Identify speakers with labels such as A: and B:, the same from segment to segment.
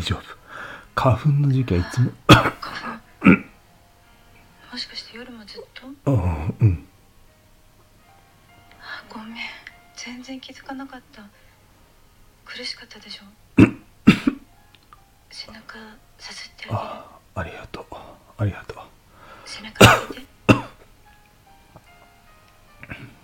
A: 丈夫花粉の時期はいつも
B: もしかして夜もずっと
A: ああうん
B: あごめん全然気づかなかった苦しかったでしょ背中さすってあ
A: ああありがとうありがとう
B: げる背中当てて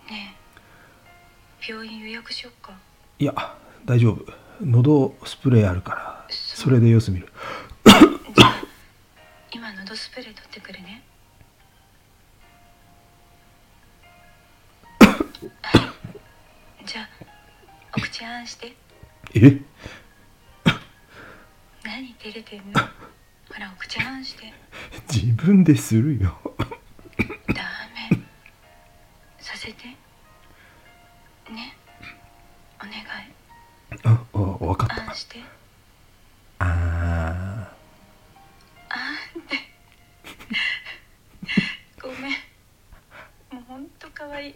B: ねえ病院予約しよっか
A: いや大丈夫喉スプレーあるからそれで様子見る
B: じゃあ今喉スプレー取ってくるねはいじゃあお口あんして
A: え
B: 何照れてんのほらお口あんして
A: 自分でするよ
B: ダメさせてねお願い
A: ああ分かった
B: あんして
A: あ
B: あんってごめんもうほんとかわいい